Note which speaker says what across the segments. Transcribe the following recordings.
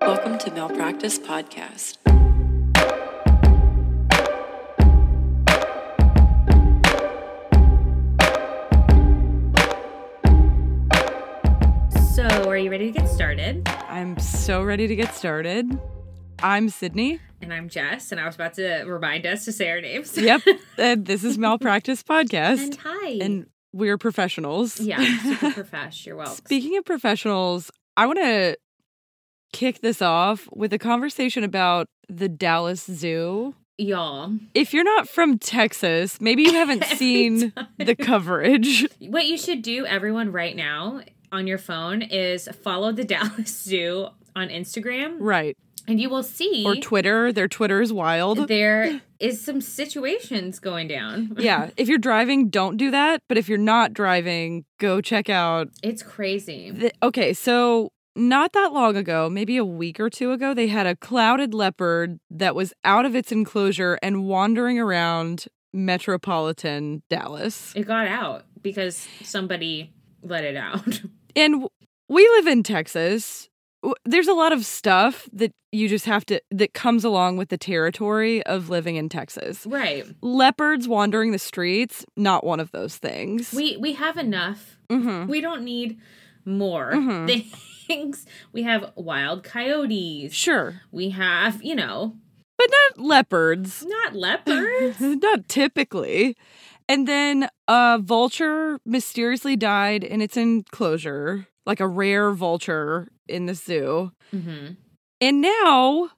Speaker 1: Welcome to Malpractice Podcast.
Speaker 2: So, are you ready to get started?
Speaker 3: I'm so ready to get started. I'm Sydney.
Speaker 2: And I'm Jess, and I was about to remind us to say our names.
Speaker 3: Yep. and this is Malpractice
Speaker 2: and
Speaker 3: Podcast.
Speaker 2: hi.
Speaker 3: And we're professionals.
Speaker 2: yeah, super profesh. You're welcome.
Speaker 3: Speaking of professionals, I want to kick this off with a conversation about the Dallas Zoo.
Speaker 2: Y'all.
Speaker 3: If you're not from Texas, maybe you haven't
Speaker 2: Every
Speaker 3: seen
Speaker 2: time.
Speaker 3: the coverage.
Speaker 2: What you should do, everyone, right now on your phone is follow the Dallas Zoo on Instagram,
Speaker 3: Right.
Speaker 2: and you will see
Speaker 3: Or Twitter. Their Twitter is wild.
Speaker 2: there is some situations going down.
Speaker 3: Yeah. If you're driving, don't do that. But if you're not driving, go check out
Speaker 2: It's crazy.
Speaker 3: The, okay, so not that long ago, maybe a week or two ago, they had a clouded leopard that was out of its enclosure and wandering around metropolitan Dallas.
Speaker 2: It got out because somebody let it out.
Speaker 3: And w- we live in Texas. W- There's a lot of stuff that you just have to, that comes along with the territory of living in Texas.
Speaker 2: right.
Speaker 3: Leopards wandering the streets, not one of those things.
Speaker 2: We we have enough
Speaker 3: Mhm.
Speaker 2: We don't need more
Speaker 3: Mhm.
Speaker 2: things. We have wild coyotes.
Speaker 3: Sure,
Speaker 2: We have, you know,
Speaker 3: but not leopards.
Speaker 2: not leopards.
Speaker 3: Not typically. And then a vulture mysteriously died in its enclosure, like a rare vulture in the zoo.
Speaker 2: hmm
Speaker 3: And now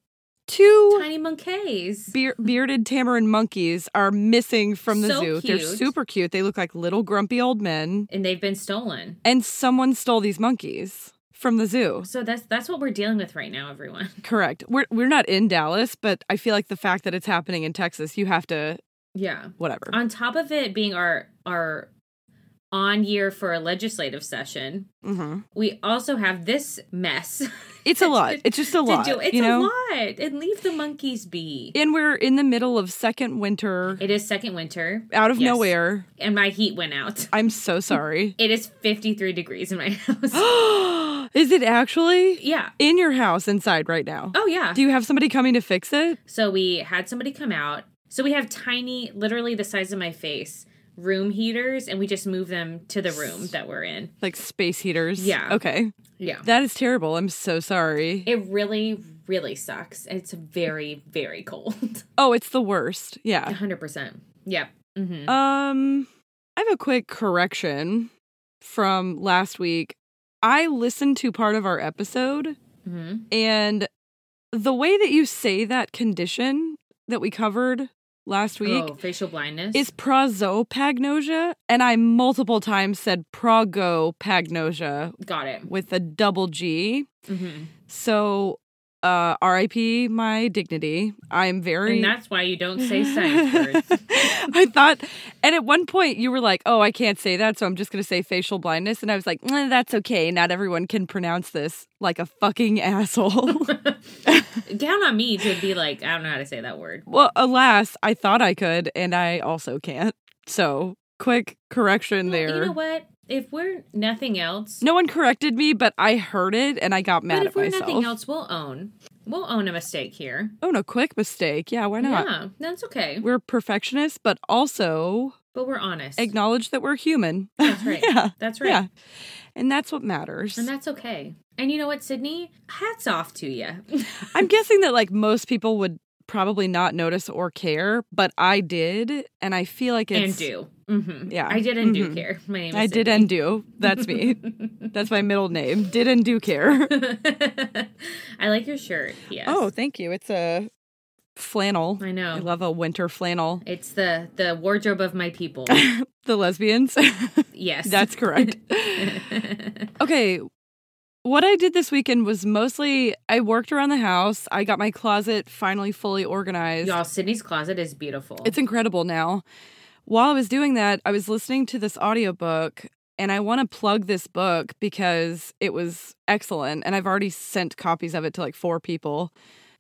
Speaker 3: two
Speaker 2: Tiny monkeys.
Speaker 3: beer- bearded tamarin monkeys are missing from the
Speaker 2: So
Speaker 3: zoo. They're
Speaker 2: cute.
Speaker 3: super cute. They look like little grumpy old men.
Speaker 2: and they've been stolen.
Speaker 3: And someone stole these monkeys from the zoo.
Speaker 2: So that's that's what we're dealing with right now, everyone.
Speaker 3: Correct. We're we're not in Dallas, but I feel like the fact that it's happening in Texas, you have to
Speaker 2: Yeah.
Speaker 3: whatever.
Speaker 2: On top of it being our our on year for a legislative session,
Speaker 3: hmm
Speaker 2: we also have this mess.
Speaker 3: It's a lot. It's just a lot.
Speaker 2: To do. It's
Speaker 3: you know?
Speaker 2: a lot. And leave the monkeys be.
Speaker 3: And we're in the middle of second winter,
Speaker 2: it is second winter,
Speaker 3: out of
Speaker 2: Yes.
Speaker 3: nowhere.
Speaker 2: and my heat went out.
Speaker 3: I'm so sorry.
Speaker 2: It is 53 degrees in my house.
Speaker 3: Is it actually
Speaker 2: yeah.
Speaker 3: in your house inside right now?
Speaker 2: Oh, yeah.
Speaker 3: Do you have somebody coming to fix it?
Speaker 2: so we had somebody come out. So we have tiny, literally the size of my face, room heaters, and we just move them to the room that we're in.
Speaker 3: Like space heaters?
Speaker 2: Yeah.
Speaker 3: Okay.
Speaker 2: Yeah.
Speaker 3: That is terrible. I'm so sorry.
Speaker 2: It really, really sucks. It's very, very cold.
Speaker 3: oh, it's the worst. Yeah.
Speaker 2: 100%. Yeah. hmm
Speaker 3: Um I have a quick correction from last week. I listened to part of our episode
Speaker 2: hmm
Speaker 3: And the way that you say that condition that we covered last week
Speaker 2: Oh, facial blindness.
Speaker 3: is prosopagnosia. And I multiple times said progopagnosia
Speaker 2: Got it.
Speaker 3: with a double G.
Speaker 2: hmm
Speaker 3: So uh, RIP my dignity. I'm very.
Speaker 2: And that's why you don't say science words.
Speaker 3: I thought, and at one point you were like, "Oh, I can't say that, so I'm just going to say facial blindness," and I was like, "Nah, "That's okay. Not everyone can pronounce this like a fucking asshole."
Speaker 2: Count on me to be like, I don't know how to say that word.
Speaker 3: Well, alas, I thought I could, and I also can't. So, quick correction
Speaker 2: Well,
Speaker 3: there.
Speaker 2: You know what? If we're nothing else,
Speaker 3: no one corrected me, but I heard it and I got mad
Speaker 2: but
Speaker 3: at
Speaker 2: if we're
Speaker 3: myself.
Speaker 2: nothing else, we'll own. We'll own a mistake here.
Speaker 3: oh, no, quick mistake. Yeah, why not?
Speaker 2: Yeah, that's okay.
Speaker 3: We're perfectionists, but also
Speaker 2: but we're honest.
Speaker 3: acknowledge that we're human.
Speaker 2: That's right.
Speaker 3: yeah.
Speaker 2: That's right.
Speaker 3: Yeah. And that's what matters.
Speaker 2: And that's okay. And you know what, Sydney? Hats off to you.
Speaker 3: I'm guessing that like most people would probably not notice or care, but I did, and I feel like
Speaker 2: and
Speaker 3: it's
Speaker 2: do. hmm
Speaker 3: Yeah.
Speaker 2: I did and do
Speaker 3: Mhm.
Speaker 2: care. My name is
Speaker 3: I did and do. That's me. That's my middle name. Did and do care.
Speaker 2: and I like your shirt. Yes.
Speaker 3: Oh, thank you. It's a flannel.
Speaker 2: I know.
Speaker 3: I love a winter flannel.
Speaker 2: it's the the wardrobe of my people.
Speaker 3: The lesbians.
Speaker 2: Yes.
Speaker 3: That's correct. okay. What I did this weekend was mostly I worked around the house. I got my closet finally fully organized.
Speaker 2: Y'all, Sydney's closet is beautiful.
Speaker 3: It's incredible now. While I was doing that, I was listening to this audiobook and I want to plug this book because it was excellent and I've already sent copies of it to like four people.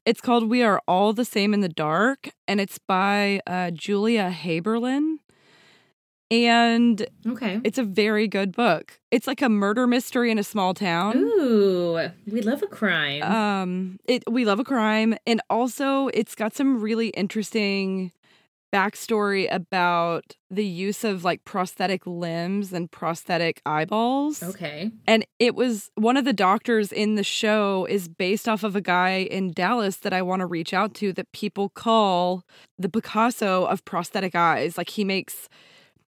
Speaker 3: It's called We Are All the Same in the Dark and it's by uh, Julia Haberlin. And
Speaker 2: Okay.
Speaker 3: it's a very good book. It's like a murder mystery in a small town.
Speaker 2: Ooh, we love a crime.
Speaker 3: Um, it we love a crime, and also it's got some really interesting backstory about the use of like prosthetic limbs and prosthetic eyeballs.
Speaker 2: okay.
Speaker 3: And it was one of the doctors in the show is based off of a guy in Dallas that I want to reach out to that people call the Picasso of prosthetic eyes. Like he makes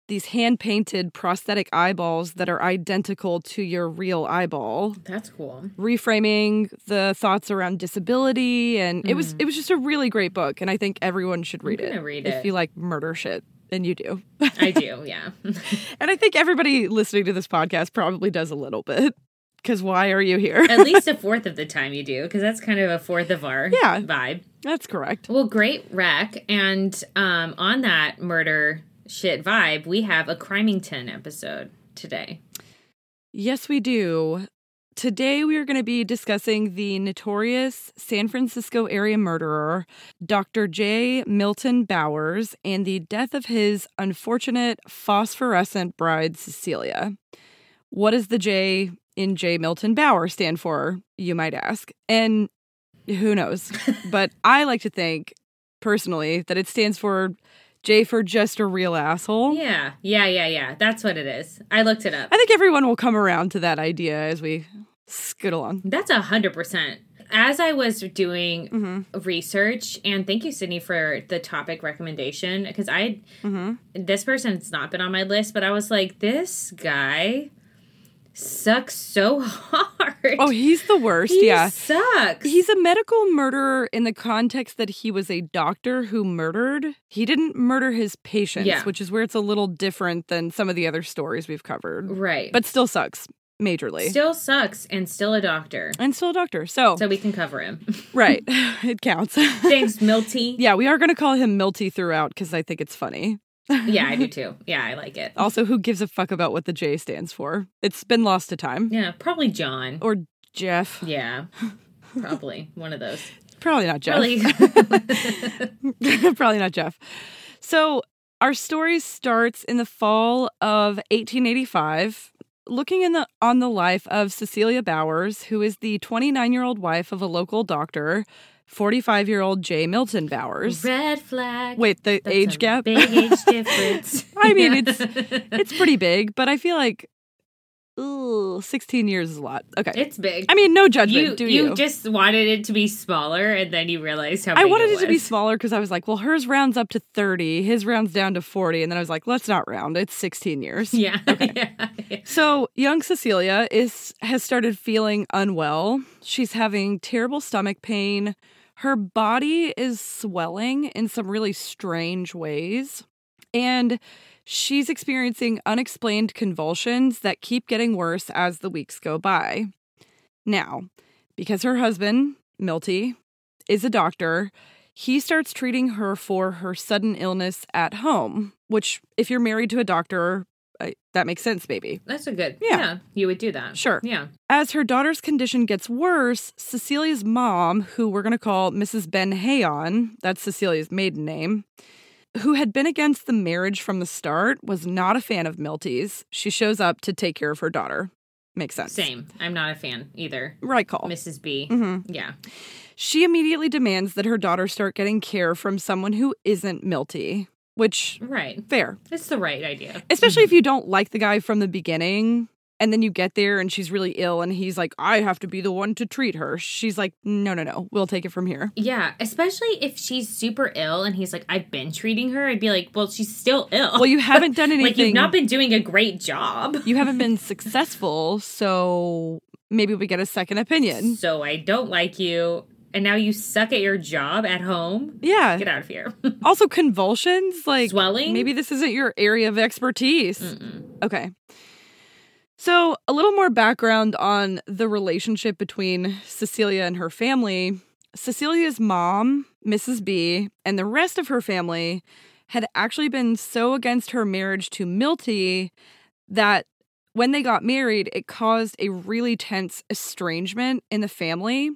Speaker 3: these hand painted prosthetic eyeballs that are identical to your real eyeball
Speaker 2: That's cool.
Speaker 3: reframing the thoughts around disability and it was
Speaker 2: Mhm.
Speaker 3: it was just a really great book and I think everyone should read
Speaker 2: I'm
Speaker 3: it.
Speaker 2: gonna read
Speaker 3: if
Speaker 2: it.
Speaker 3: you like murder shit and you do.
Speaker 2: I do, yeah.
Speaker 3: and I think everybody listening to this podcast probably does a little bit cuz why are you here?
Speaker 2: At least a fourth of the time you do, because that's kind of a fourth of our
Speaker 3: Yeah.
Speaker 2: vibe.
Speaker 3: That's correct.
Speaker 2: Well, great wreck. And um, on that murder shit vibe, we have a Crimington episode today.
Speaker 3: Yes, we do. Today we are going to be discussing the notorious San Francisco area murderer Dr. J. Milton Bowers and the death of his unfortunate phosphorescent bride, Cecilia. What does the J in J. Milton Bauer stand for, you might ask? And who knows? but I like to think, personally, that it stands for J for just a real asshole.
Speaker 2: Yeah, yeah, yeah, yeah. That's what it is. I looked it up.
Speaker 3: I think everyone will come around to that idea as we scoot along.
Speaker 2: That's a hundred percent. As I was doing
Speaker 3: Mm
Speaker 2: research, and thank you, Sydney, for the topic recommendation, because I
Speaker 3: hmm. Mm hmm.
Speaker 2: this person's not been on my list, but I was like, this guy sucks so hard.
Speaker 3: Oh, he's the worst.
Speaker 2: he
Speaker 3: yeah.
Speaker 2: sucks.
Speaker 3: He's a medical murderer in the context that he was a doctor who murdered. He didn't murder his patients,
Speaker 2: Yeah.
Speaker 3: which is where it's a little different than some of the other stories we've covered,
Speaker 2: right,
Speaker 3: but still sucks majorly.
Speaker 2: still sucks, and still a doctor,
Speaker 3: and still a doctor. So,
Speaker 2: so we can cover him.
Speaker 3: right. it counts.
Speaker 2: Thanks, Milty.
Speaker 3: yeah, we are going to call him Milty throughout because I think it's funny.
Speaker 2: yeah, I do too. Yeah, I like it.
Speaker 3: Also, who gives a fuck about what the J stands for? It's been lost to time.
Speaker 2: Yeah, probably John.
Speaker 3: Or Jeff.
Speaker 2: Yeah, probably one of those.
Speaker 3: Probably not Jeff.
Speaker 2: Probably.
Speaker 3: Probably not Jeff. So our story starts in the fall of 1885, looking in the on the life of Cecilia Bowers, who is the 29-year-old wife of a local doctor, 45-year-old J. Milton Bowers.
Speaker 2: Red flag.
Speaker 3: Wait, the
Speaker 2: That's
Speaker 3: age
Speaker 2: a
Speaker 3: gap?
Speaker 2: Big age difference.
Speaker 3: I mean, it's
Speaker 2: it's
Speaker 3: it's pretty big, but I feel like ooh, 16 years is a lot. Okay.
Speaker 2: it's big.
Speaker 3: I mean, no judgment,
Speaker 2: you,
Speaker 3: do
Speaker 2: you
Speaker 3: you?
Speaker 2: just wanted it to be smaller, and then you realized how.
Speaker 3: I
Speaker 2: big
Speaker 3: wanted it to be
Speaker 2: was.
Speaker 3: smaller because I was like, well, hers rounds up to 30, his rounds down to 40. And then I was like, let's not round. It's 16 years.
Speaker 2: Yeah. yeah, yeah.
Speaker 3: So young Cecilia is has started feeling unwell. She's having terrible stomach pain. Her body is swelling in some really strange ways. And she's experiencing unexplained convulsions that keep getting worse as the weeks go by. Now, because her husband, Milty, is a doctor, he starts treating her for her sudden illness at home, which, if you're married to a doctor, I, that makes sense, baby.
Speaker 2: That's a good.
Speaker 3: Yeah.
Speaker 2: Yeah. you would do that.
Speaker 3: Sure.
Speaker 2: Yeah.
Speaker 3: As her daughter's condition gets worse, Cecilia's mom, who we're going to call Mrs. Ben Hayon, that's Cecilia's maiden name, who had been against the marriage from the start, was not a fan of Milty's. She shows up to take care of her daughter. Makes sense.
Speaker 2: Same. I'm not a fan either.
Speaker 3: Right call.
Speaker 2: Mrs. B.
Speaker 3: hmm
Speaker 2: Yeah.
Speaker 3: She immediately demands that her daughter start getting care from someone who isn't Milty, which,
Speaker 2: Right.
Speaker 3: fair.
Speaker 2: It's the right idea.
Speaker 3: Especially if you don't like the guy from the beginning and then you get there and she's really ill and he's like, I have to be the one to treat her. She's like, no, no, no, we'll take it from here.
Speaker 2: Yeah, especially if she's super ill and he's like, I've been treating her. I'd be like, well, she's still ill.
Speaker 3: Well, you haven't done anything.
Speaker 2: like you've not been doing a great job.
Speaker 3: you haven't been successful, so maybe we get a second opinion.
Speaker 2: So I don't like you, and now you suck at your job at home.
Speaker 3: Yeah.
Speaker 2: Get out of here.
Speaker 3: Also, convulsions, like
Speaker 2: Swelling?
Speaker 3: Maybe this isn't your area of expertise.
Speaker 2: Mm-mm.
Speaker 3: Okay. So, a little more background on the relationship between Cecilia and her family. Cecilia's mom, Mrs. B, and the rest of her family had actually been so against her marriage to Milty that when they got married, it caused a really tense estrangement in the family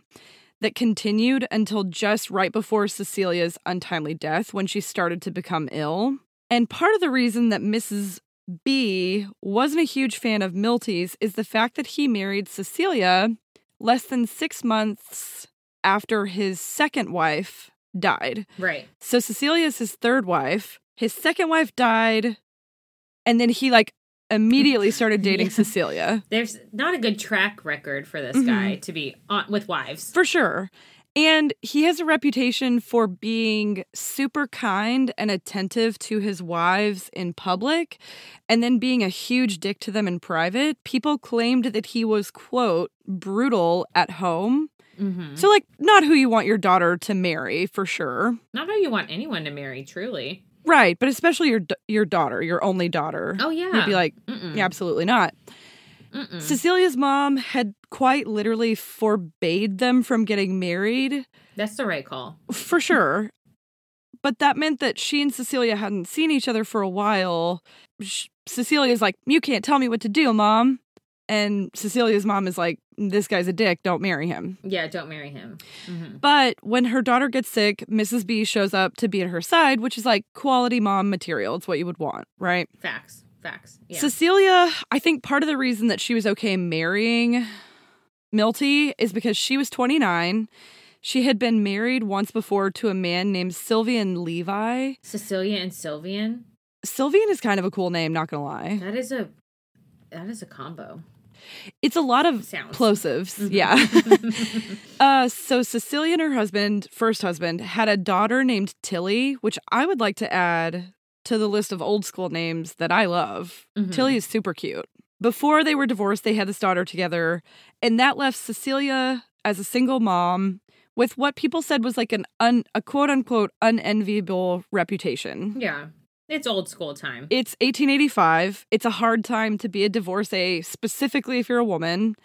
Speaker 3: that continued until just right before Cecilia's untimely death when she started to become ill. And part of the reason that Mrs. B wasn't a huge fan of Milty's is the fact that he married Cecilia less than six months after his second wife died.
Speaker 2: Right.
Speaker 3: So Cecilia is his third wife. His second wife died, and then he like immediately started dating
Speaker 2: Yeah.
Speaker 3: Cecilia.
Speaker 2: There's not a good track record for this
Speaker 3: Mhm.
Speaker 2: guy to be on with wives.
Speaker 3: For sure. And he has a reputation for being super kind and attentive to his wives in public and then being a huge dick to them in private. People claimed that he was, quote, brutal at home.
Speaker 2: Mm-hmm.
Speaker 3: So, like, not who you want your daughter to marry for sure.
Speaker 2: Not how you want anyone to marry, truly.
Speaker 3: Right. But especially your, d- your daughter, your only daughter.
Speaker 2: Oh yeah.
Speaker 3: You'd be like,
Speaker 2: Mm-mm.
Speaker 3: yeah, absolutely not.
Speaker 2: Mm-mm.
Speaker 3: Cecilia's mom had quite literally forbade them from getting married.
Speaker 2: That's the right call.
Speaker 3: For sure. But that meant that she and Cecilia hadn't seen each other for a while. Sh- Cecilia's like, You can't tell me what to do, mom. And Cecilia's mom is like, This guy's a dick. Don't marry him.
Speaker 2: Yeah, don't marry him. hmm
Speaker 3: But when her daughter gets sick, Mrs. B shows up to be at her side, which is like quality mom material. It's what you would want, right?
Speaker 2: Facts. Facts. Yeah.
Speaker 3: Cecilia, I think part of the reason that she was okay marrying Milty is because she was 29. She had been married once before to a man named Sylvian Levi.
Speaker 2: Cecilia and Sylvian.
Speaker 3: Sylvian is kind of a cool name, not gonna lie.
Speaker 2: That is a that is a combo.
Speaker 3: It's a lot of
Speaker 2: Sounds.
Speaker 3: plosives.
Speaker 2: Mhm.
Speaker 3: Yeah. uh, so Cecilia and her husband, first husband, had a daughter named Tilly, which I would like to add to the list of old school names that I love.
Speaker 2: Mhm.
Speaker 3: Tilly is super cute. Before they were divorced, they had this daughter together, and that left Cecilia as a single mom with what people said was like an un, a quote unquote unenviable reputation.
Speaker 2: Yeah. It's old school time.
Speaker 3: It's 1885. It's a hard time to be a divorcee, specifically if you're a woman.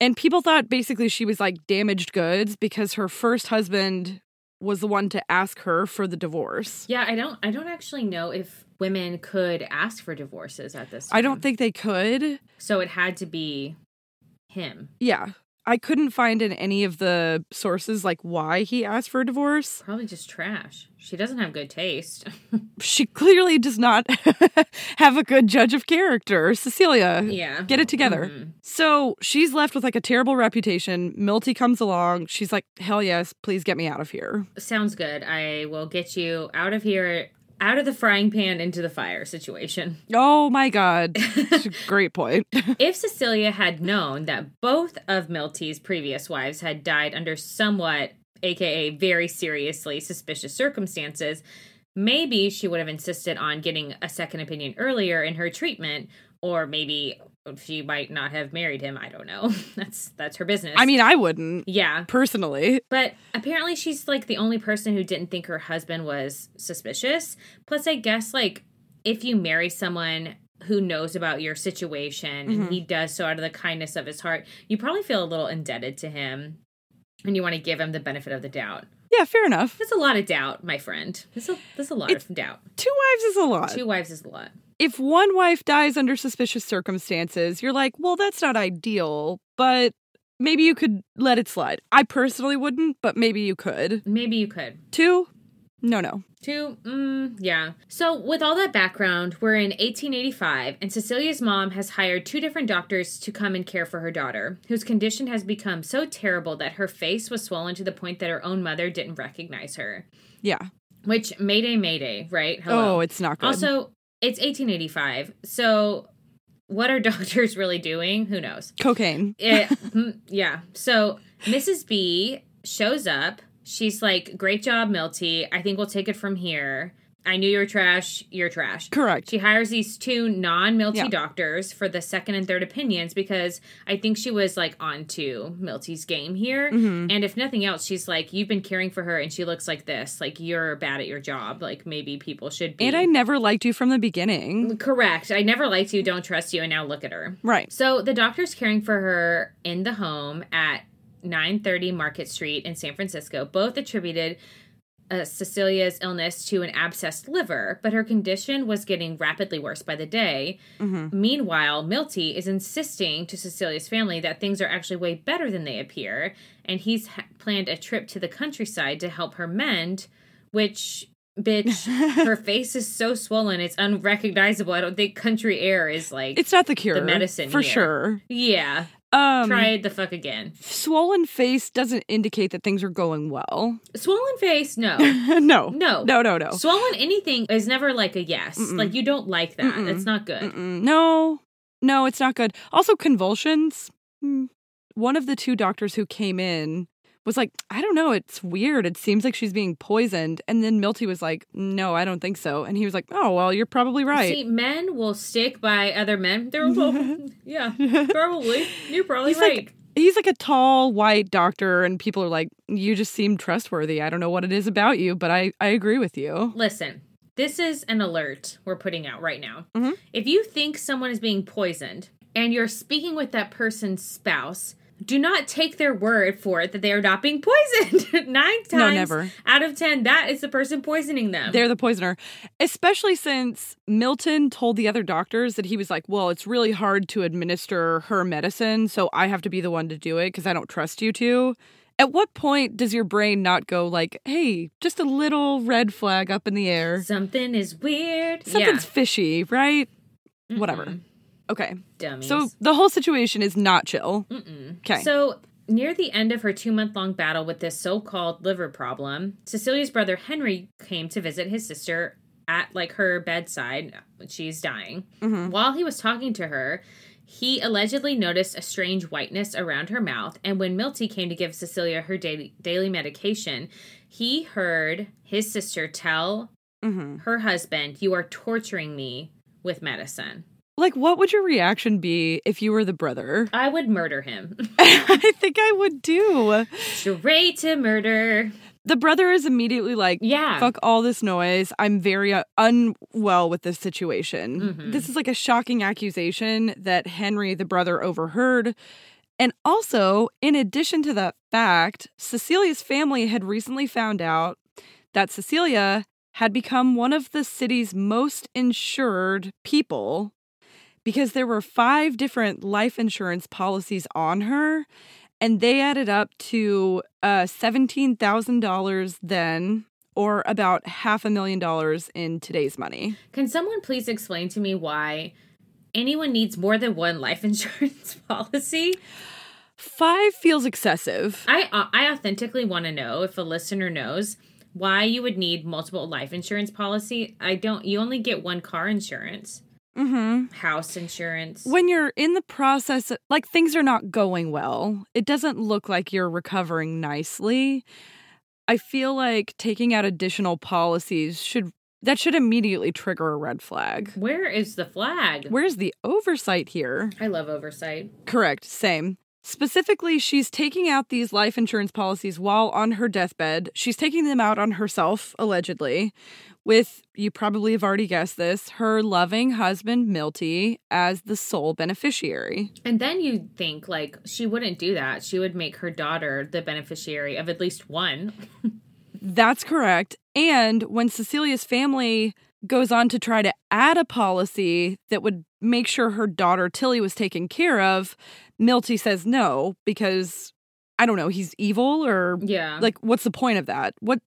Speaker 3: And people thought basically she was like damaged goods because her first husband was the one to ask her for the divorce.
Speaker 2: yeah, I don't I don't actually know if women could ask for divorces at this time.
Speaker 3: I don't think they could.
Speaker 2: so it had to be him.
Speaker 3: Yeah. I couldn't find in any of the sources like why he asked for a divorce.
Speaker 2: Probably just trash. She doesn't have good taste.
Speaker 3: She clearly does not have a good judge of character. Cecilia,
Speaker 2: yeah.
Speaker 3: get it together.
Speaker 2: Mhm.
Speaker 3: So she's left with like a terrible reputation. Milty comes along. She's like, hell yes, please get me out of here.
Speaker 2: Sounds good. I will get you out of here out of the frying pan into the fire situation.
Speaker 3: Oh my God. Great point.
Speaker 2: If Cecilia had known that both of Milty's previous wives had died under somewhat, aka very seriously suspicious circumstances, maybe she would have insisted on getting a second opinion earlier in her treatment, or maybe she might not have married him. I don't know. That's that's her business.
Speaker 3: I mean, I wouldn't
Speaker 2: yeah.
Speaker 3: personally.
Speaker 2: But apparently, she's like the only person who didn't think her husband was suspicious. Plus, I guess, like, if you marry someone who knows about your situation and he does so out of the kindness of his heart, you probably feel a little indebted to him and you want to give him the benefit of the doubt.
Speaker 3: Yeah, fair enough.
Speaker 2: That's a lot of doubt, my friend. That's a, that's a lot of doubt.
Speaker 3: Two wives is a lot.
Speaker 2: Two wives is a lot.
Speaker 3: If one wife dies under suspicious circumstances, you're like, well, that's not ideal, but maybe you could let it slide. I personally wouldn't, but maybe you could.
Speaker 2: Maybe you could.
Speaker 3: Two? No, no.
Speaker 2: Two, mm, yeah. So, with all that background, we're in 1885, and Cecilia's mom has hired two different doctors to come and care for her daughter, whose condition has become so terrible that her face was swollen to the point that her own mother didn't recognize her.
Speaker 3: Yeah.
Speaker 2: Which, mayday, mayday, right? Hello.
Speaker 3: Oh, it's not good.
Speaker 2: also, it's 1885, so what are doctors really doing? Who knows?
Speaker 3: cocaine.
Speaker 2: it, mm, yeah. So Mrs. B shows up. She's like, "Great job, Milty. I think we'll take it from here. I knew you were trash. You're trash."
Speaker 3: Correct.
Speaker 2: She hires these two non-Milty
Speaker 3: Yeah.
Speaker 2: doctors for the second and third opinions because I think she was like onto Milty's game here.
Speaker 3: Mm-hmm.
Speaker 2: And if nothing else, she's like, "You've been caring for her, and she looks like this. Like you're bad at your job. Like maybe people should be."
Speaker 3: And I never liked you from the
Speaker 2: Mm.
Speaker 3: beginning.
Speaker 2: correct. I never liked you. Don't trust you. And now look at her.
Speaker 3: Right.
Speaker 2: So the doctor's caring for her in the home at 930 Market Street in San Francisco, both attributed uh, Cecilia's illness to an abscessed liver, but her condition was getting rapidly worse by the day. Meanwhile, Milty is insisting to Cecilia's family that things are actually way better than they appear, and he's ha- planned a trip to the countryside to help her mend, which bitch, her face is so swollen, it's unrecognizable. I don't think country air is like.
Speaker 3: It's not the cure.
Speaker 2: medicine
Speaker 3: for
Speaker 2: here.
Speaker 3: sure.
Speaker 2: yeah.
Speaker 3: Um,
Speaker 2: Try it the fuck again.
Speaker 3: Swollen face doesn't indicate that things are going well.
Speaker 2: Swollen face, no.
Speaker 3: no.
Speaker 2: No.
Speaker 3: No. No. No.
Speaker 2: Swollen anything is never like a yes. Like, you don't like that.
Speaker 3: Mm-mm.
Speaker 2: It's not good.
Speaker 3: Mm-mm. No, no, it's not good. Also, convulsions. Hmm. One of the two doctors who came in was like, I don't know, it's weird. It seems like she's being poisoned. And then Milty was like, No, I don't think so. And he was like, Oh, well, you're probably right.
Speaker 2: See, men will stick by other men. They're well, yeah, probably. You're probably
Speaker 3: He's like-
Speaker 2: right.
Speaker 3: He's like a tall, white doctor, and people are like, You just seem trustworthy. I don't know what it is about you, but I, I agree with you.
Speaker 2: Listen, this is an alert we're putting out right now.
Speaker 3: Mhm.
Speaker 2: If you think someone is being poisoned and you're speaking with that person's spouse, do not take their word for it that they are not being poisoned. Nine times
Speaker 3: No, never.
Speaker 2: out of ten, that is the person poisoning them.
Speaker 3: They're the poisoner. Especially since Milton told the other doctors that he was like, well, it's really hard to administer her medicine, so I have to be the one to do it because I don't trust you to. At what point does your brain not go like, hey, just a little red flag up in the air?
Speaker 2: Something is weird.
Speaker 3: Something's fishy, right?
Speaker 2: yeah.
Speaker 3: Whatever. Okay.
Speaker 2: Mm-mm. Dummies.
Speaker 3: So the whole situation is not chill.
Speaker 2: Mm-mm.
Speaker 3: Okay.
Speaker 2: So, near the end of her two month long battle with this so called liver problem, Cecilia's brother Henry came to visit his sister at like her bedside. when She's dying.
Speaker 3: Mm-hmm.
Speaker 2: While he was talking to her, he allegedly noticed a strange whiteness around her mouth. And when Milty came to give Cecilia her daily, daily medication, he heard his sister tell
Speaker 3: hmm
Speaker 2: her husband, You are torturing me with medicine.
Speaker 3: Like, what would your reaction be if you were the brother?
Speaker 2: I would murder him.
Speaker 3: I think I would do.
Speaker 2: Straight to murder.
Speaker 3: The brother is immediately like,
Speaker 2: Yeah.
Speaker 3: Fuck all this noise. I'm very uh, unwell with this situation.
Speaker 2: Mhm.
Speaker 3: This is like a shocking accusation that Henry, the brother, overheard. And also, in addition to that fact, Cecilia's family had recently found out that Cecilia had become one of the city's most insured people because there were five different life insurance policies on her. And they added up to uh, $17,000 then, or about half a million dollars in today's money.
Speaker 2: Can someone please explain to me why anyone needs more than one life insurance policy?
Speaker 3: Five feels excessive.
Speaker 2: I uh, I authentically want to know if a listener knows why you would need multiple life insurance policy. I don't. You only get one car insurance,
Speaker 3: Mm-hmm.
Speaker 2: house insurance.
Speaker 3: when you're in the process like things are not going well it doesn't look like you're recovering nicely i feel like taking out additional policies should that should immediately trigger a red flag
Speaker 2: Where is the flag?
Speaker 3: where's the oversight here
Speaker 2: I love oversight.
Speaker 3: Correct. Same. Specifically, she's taking out these life insurance policies while on her deathbed. She's taking them out on herself, allegedly, with, you probably have already guessed this, her loving husband, Milty, as the sole beneficiary.
Speaker 2: And then you think like she wouldn't do that. She would make her daughter the beneficiary of at least one.
Speaker 3: That's correct. And when Cecilia's family goes on to try to add a policy that would make sure her daughter, Tilly, was taken care of, Milty says no because, I don't know, he's evil or
Speaker 2: Yeah.
Speaker 3: like what's the point of that what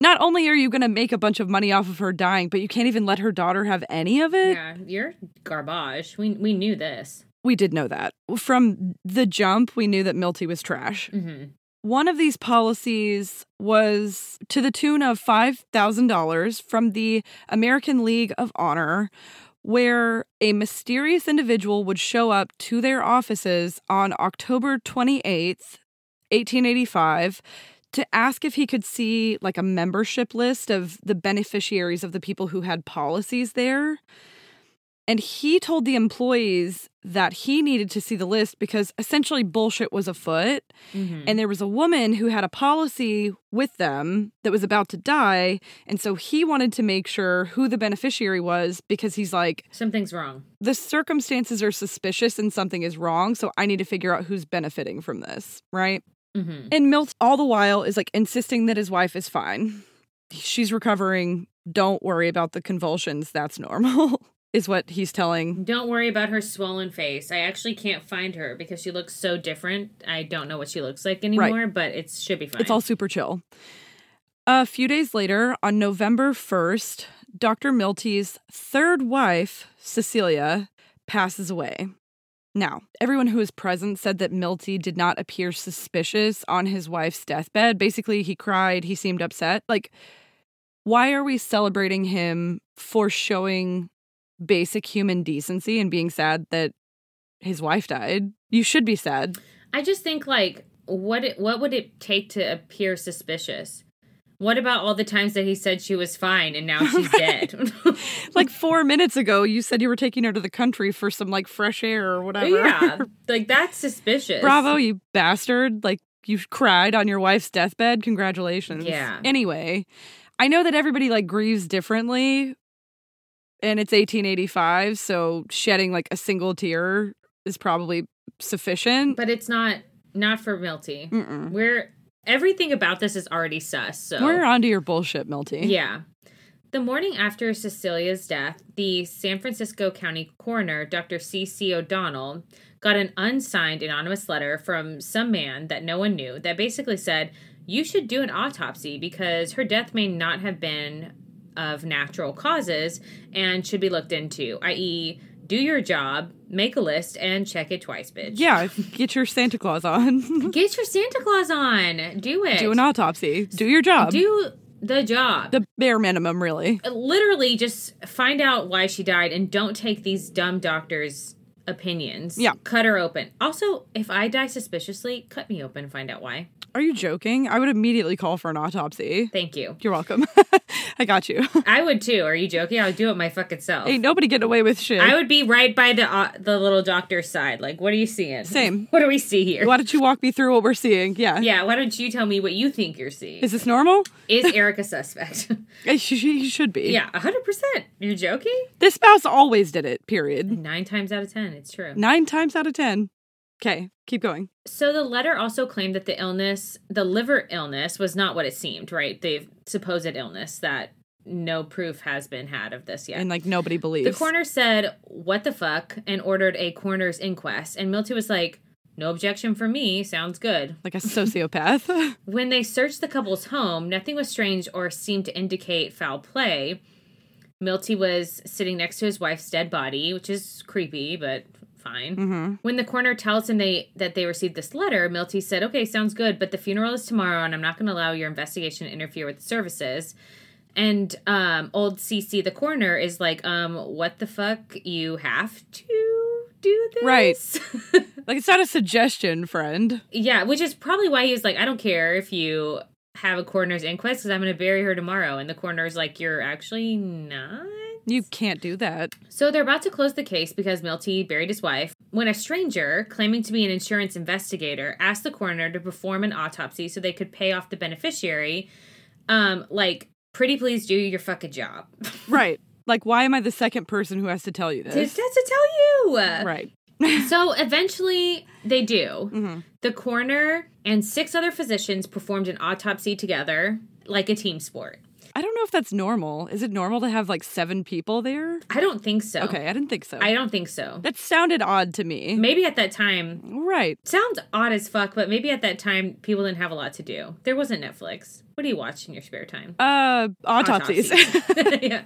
Speaker 3: not only are you going to make a bunch of money off of her dying but you can't even let her daughter have any of it
Speaker 2: yeah, you're garbage. We we knew this.
Speaker 3: we did know that from the jump we knew that milty was trash
Speaker 2: hmm
Speaker 3: one of these policies was to the tune of $5000 from the american league of honor where a mysterious individual would show up to their offices on October 28th, 1885 to ask if he could see like a membership list of the beneficiaries of the people who had policies there. And he told the employees that he needed to see the list because essentially bullshit was afoot.
Speaker 2: Mhm.
Speaker 3: And there was a woman who had a policy with them that was about to die. And so he wanted to make sure who the beneficiary was because he's like,
Speaker 2: Something's wrong.
Speaker 3: the circumstances are suspicious and something is wrong, so I need to figure out who's benefiting from this, right?
Speaker 2: hmm
Speaker 3: And Milt, all the while, is like insisting that his wife is fine. She's recovering. Don't worry about the convulsions. That's normal, is what he's telling.
Speaker 2: Don't worry about her swollen face. I actually can't find her because she looks so different. I don't know what she looks like anymore, but it should be fine.
Speaker 3: It's all super chill. A few days later, on November 1st, Dr. Milty's third wife, Cecilia, passes away. Now, everyone who was present said that Milty did not appear suspicious on his wife's deathbed. Basically, he cried, he seemed upset. Like, why are we celebrating him for showing basic human decency and being sad that his wife died? You should be sad.
Speaker 2: I just think like what it, what would it take to appear suspicious? What about all the times that he said she was fine and now she's dead?
Speaker 3: Like four minutes ago, you said you were taking her to the country for some like fresh air or whatever.
Speaker 2: yeah, like that's suspicious.
Speaker 3: Bravo, you bastard. Like, you cried on your wife's deathbed. Congratulations.
Speaker 2: Yeah.
Speaker 3: Anyway, I know that everybody like grieves differently, and it's 1885, so shedding like a single tear is probably sufficient.
Speaker 2: But it's not not for Milty.
Speaker 3: Mm-mm.
Speaker 2: We're everything about this is already sus. So
Speaker 3: We're onto your bullshit, Milty.
Speaker 2: Yeah. The morning after Cecilia's death, the San Francisco County coroner, Dr. C.C. O'Donnell, got an unsigned anonymous letter from some man that no one knew that basically said, You should do an autopsy because her death may not have been of natural causes and should be looked into, i.e., do your job, make a list, and check it twice, bitch.
Speaker 3: Yeah, get your Santa Claus on.
Speaker 2: Get your Santa Claus on. Do it.
Speaker 3: Do an autopsy. Do your job.
Speaker 2: Do the job.
Speaker 3: the bare minimum, really.
Speaker 2: literally just find out why she died and don't take these dumb doctors' opinions.
Speaker 3: Yeah.
Speaker 2: Cut her open. Also, if I die suspiciously, cut me open and find out why.
Speaker 3: Are you joking? I would immediately call for an autopsy.
Speaker 2: Thank you.
Speaker 3: You're welcome. I got you.
Speaker 2: I would too. Are you joking? I would do it my fucking self.
Speaker 3: Ain't nobody getting away with shit.
Speaker 2: I would be right by the uh, the little doctor's side. Like, what are you seeing?
Speaker 3: Same.
Speaker 2: What do we see here?
Speaker 3: Why don't you walk me through what we're seeing? Yeah.
Speaker 2: Yeah, why don't you tell me what you think you're seeing?
Speaker 3: Is this normal?
Speaker 2: Is Eric a suspect?
Speaker 3: Eh, She, she she should be.
Speaker 2: yeah, 100%. You're joking?
Speaker 3: This spouse always did it, period.
Speaker 2: Nine times out of ten, it's true.
Speaker 3: Nine times out of 10. Okay, keep going.
Speaker 2: So the letter also claimed that the illness, the liver illness, was not what it seemed, right? The supposed illness that no proof has been had of this yet.
Speaker 3: And like nobody believes.
Speaker 2: the coroner said, "What the fuck?" and ordered a coroner's inquest. And Milty was like, "No objection from me. Sounds good."
Speaker 3: Like a sociopath.
Speaker 2: When they searched the couple's home, nothing was strange or seemed to indicate foul play. Milty was sitting next to his wife's dead body, which is creepy, but fine. When the coroner tells him they that they received this letter, Milty said, "Okay, sounds good, but the funeral is tomorrow, and I'm not going to allow your investigation to interfere with the services." And um, old CC, the coroner, is like, "Um, what the fuck? You have to do this,
Speaker 3: Right. like it's not a suggestion, friend.
Speaker 2: yeah, which is probably why he was like, I don't care if you have a coroner's inquest because I'm going to bury her tomorrow. And the coroner's like, You're actually not?
Speaker 3: You can't do that.
Speaker 2: So they're about to close the case because Milty buried his wife when a stranger, claiming to be an insurance investigator, asked the coroner to perform an autopsy so they could pay off the beneficiary. Um, like, pretty please do your fucking job.
Speaker 3: Right. Like, why am I the second person who has to tell you
Speaker 2: That's
Speaker 3: this?
Speaker 2: to tell you.
Speaker 3: Right.
Speaker 2: So eventually they do. The coroner and six other physicians performed an autopsy together like a team sport.
Speaker 3: I don't know if that's normal. Is it normal to have like seven people there?
Speaker 2: I don't think so.
Speaker 3: Okay, I didn't think so.
Speaker 2: I don't think so.
Speaker 3: that sounded odd to me.
Speaker 2: Maybe at that time,
Speaker 3: Right.
Speaker 2: sounds odd as fuck, but maybe at that time people didn't have a lot to do. There wasn't Netflix. What do you watch in your spare time?
Speaker 3: Uh, autopsies.
Speaker 2: Autopsies. yeah.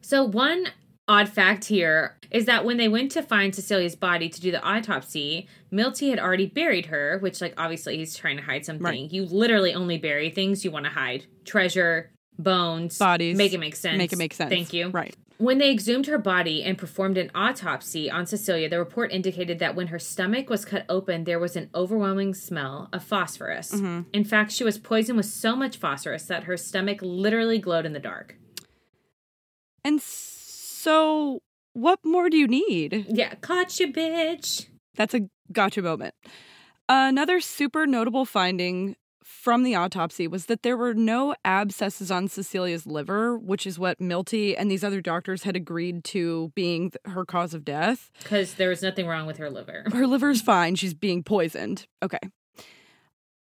Speaker 2: So one odd fact here is that when they went to find Cecilia's body to do the autopsy, Milty had already buried her, which like obviously he's trying to hide something.
Speaker 3: Right.
Speaker 2: You literally only bury things you want to hide. Treasure, bones,
Speaker 3: Bodies.
Speaker 2: Make it make sense.
Speaker 3: Make it make sense.
Speaker 2: Thank you.
Speaker 3: Right.
Speaker 2: When they exhumed her body and performed an autopsy on Cecilia, the report indicated that when her stomach was cut open, there was an overwhelming smell of phosphorus.
Speaker 3: Mm-hmm.
Speaker 2: In fact, she was poisoned with so much phosphorus that her stomach literally glowed in the dark.
Speaker 3: And so, what more do you need?
Speaker 2: Yeah, caught you, bitch.
Speaker 3: That's a gotcha moment. Another super notable finding from the autopsy was that there were no abscesses on Cecilia's liver, which is what Milty and these other doctors had agreed to being th- her cause of death.
Speaker 2: Because there was nothing wrong with her liver.
Speaker 3: Her liver's fine. She's being poisoned. Okay.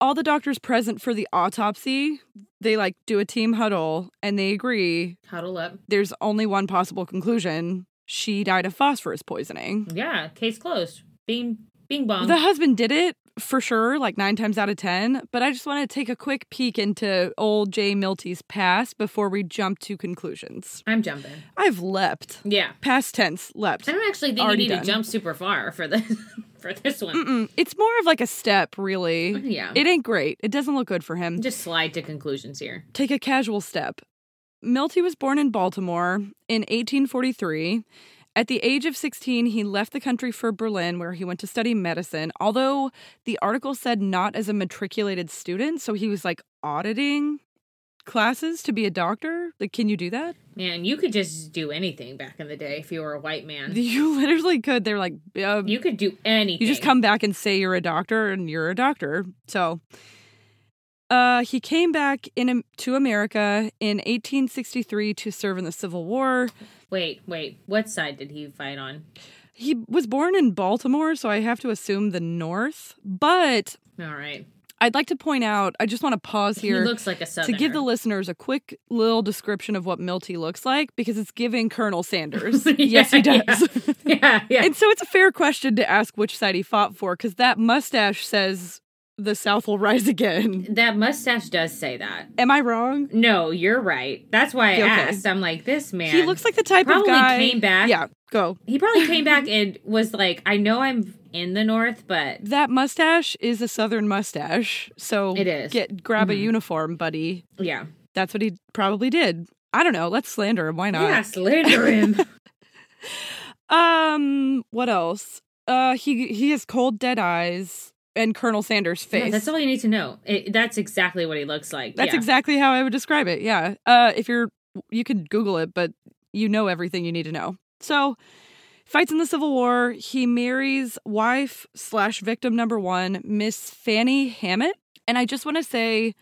Speaker 3: All the doctors present for the autopsy, they like do a team huddle and they agree
Speaker 2: Huddle up.
Speaker 3: there's only one possible conclusion. She died of phosphorus poisoning.
Speaker 2: Yeah, case closed. Bing, bing bong.
Speaker 3: The husband did it. for sure, like nine times out of 10. But I just want to take a quick peek into old Jay Milty's past before we jump to conclusions.
Speaker 2: I'm jumping.
Speaker 3: I've leapt.
Speaker 2: Yeah.
Speaker 3: Past tense, leapt.
Speaker 2: I don't actually think
Speaker 3: Already
Speaker 2: you need
Speaker 3: done.
Speaker 2: to jump super far for this for this one.
Speaker 3: Mm-mm. Mm, It's more of like a step, really.
Speaker 2: Yeah.
Speaker 3: It ain't great. It doesn't look good for him.
Speaker 2: Just slide to conclusions here.
Speaker 3: Take a casual step. Milty was born in Baltimore in 1843. At the age of 16, he left the country for Berlin, where he went to study medicine, although the article said not as a matriculated student. So he was like auditing classes to be a doctor. Like, can you do that?
Speaker 2: Man, you could just do anything back in the day if you were a white man.
Speaker 3: You literally could. They're like, uh,
Speaker 2: You could do anything.
Speaker 3: You just come back and say you're a doctor and you're a doctor. So uh, he came back in Am- to America in 1863 to serve in the Civil War.
Speaker 2: Wait, wait. What side did he fight on?
Speaker 3: He was born in Baltimore, so I have to assume the North. But
Speaker 2: All right.
Speaker 3: I'd like to point out, I just want to pause here.
Speaker 2: he looks like a
Speaker 3: to
Speaker 2: southerner.
Speaker 3: give the listeners a quick little description of what Milty looks like, because it's giving Colonel Sanders. yes, he
Speaker 2: Yeah,
Speaker 3: does.
Speaker 2: yeah, yeah.
Speaker 3: And so it's a fair question to ask which side he fought for, because that mustache says the South will rise again.
Speaker 2: that mustache does say that.
Speaker 3: Am I wrong?
Speaker 2: No, you're right. That's why I
Speaker 3: Okay.
Speaker 2: asked. I'm like, this man.
Speaker 3: He looks like the type
Speaker 2: Probably
Speaker 3: of guy.
Speaker 2: came back.
Speaker 3: Yeah, go.
Speaker 2: He probably came back and was like, I know I'm in the north, but
Speaker 3: That mustache is a Southern mustache, so
Speaker 2: It is.
Speaker 3: Get grab a
Speaker 2: Mhm.
Speaker 3: uniform, buddy.
Speaker 2: yeah,
Speaker 3: That's what he probably did. I don't know. Let's slander him. Why not?
Speaker 2: yeah, slander him.
Speaker 3: Um. What else? Uh. He he has cold, dead eyes, and Colonel Sanders'
Speaker 2: No,
Speaker 3: face.
Speaker 2: that's all you need to know. It, that's exactly what he looks like.
Speaker 3: That's
Speaker 2: yeah.
Speaker 3: exactly how I would describe it. Yeah. Uh, if you're, you could Google it, but you know everything you need to know. So, fights in the Civil War. He marries wife slash victim number one, Miss Fanny Hammett. And I just want to say,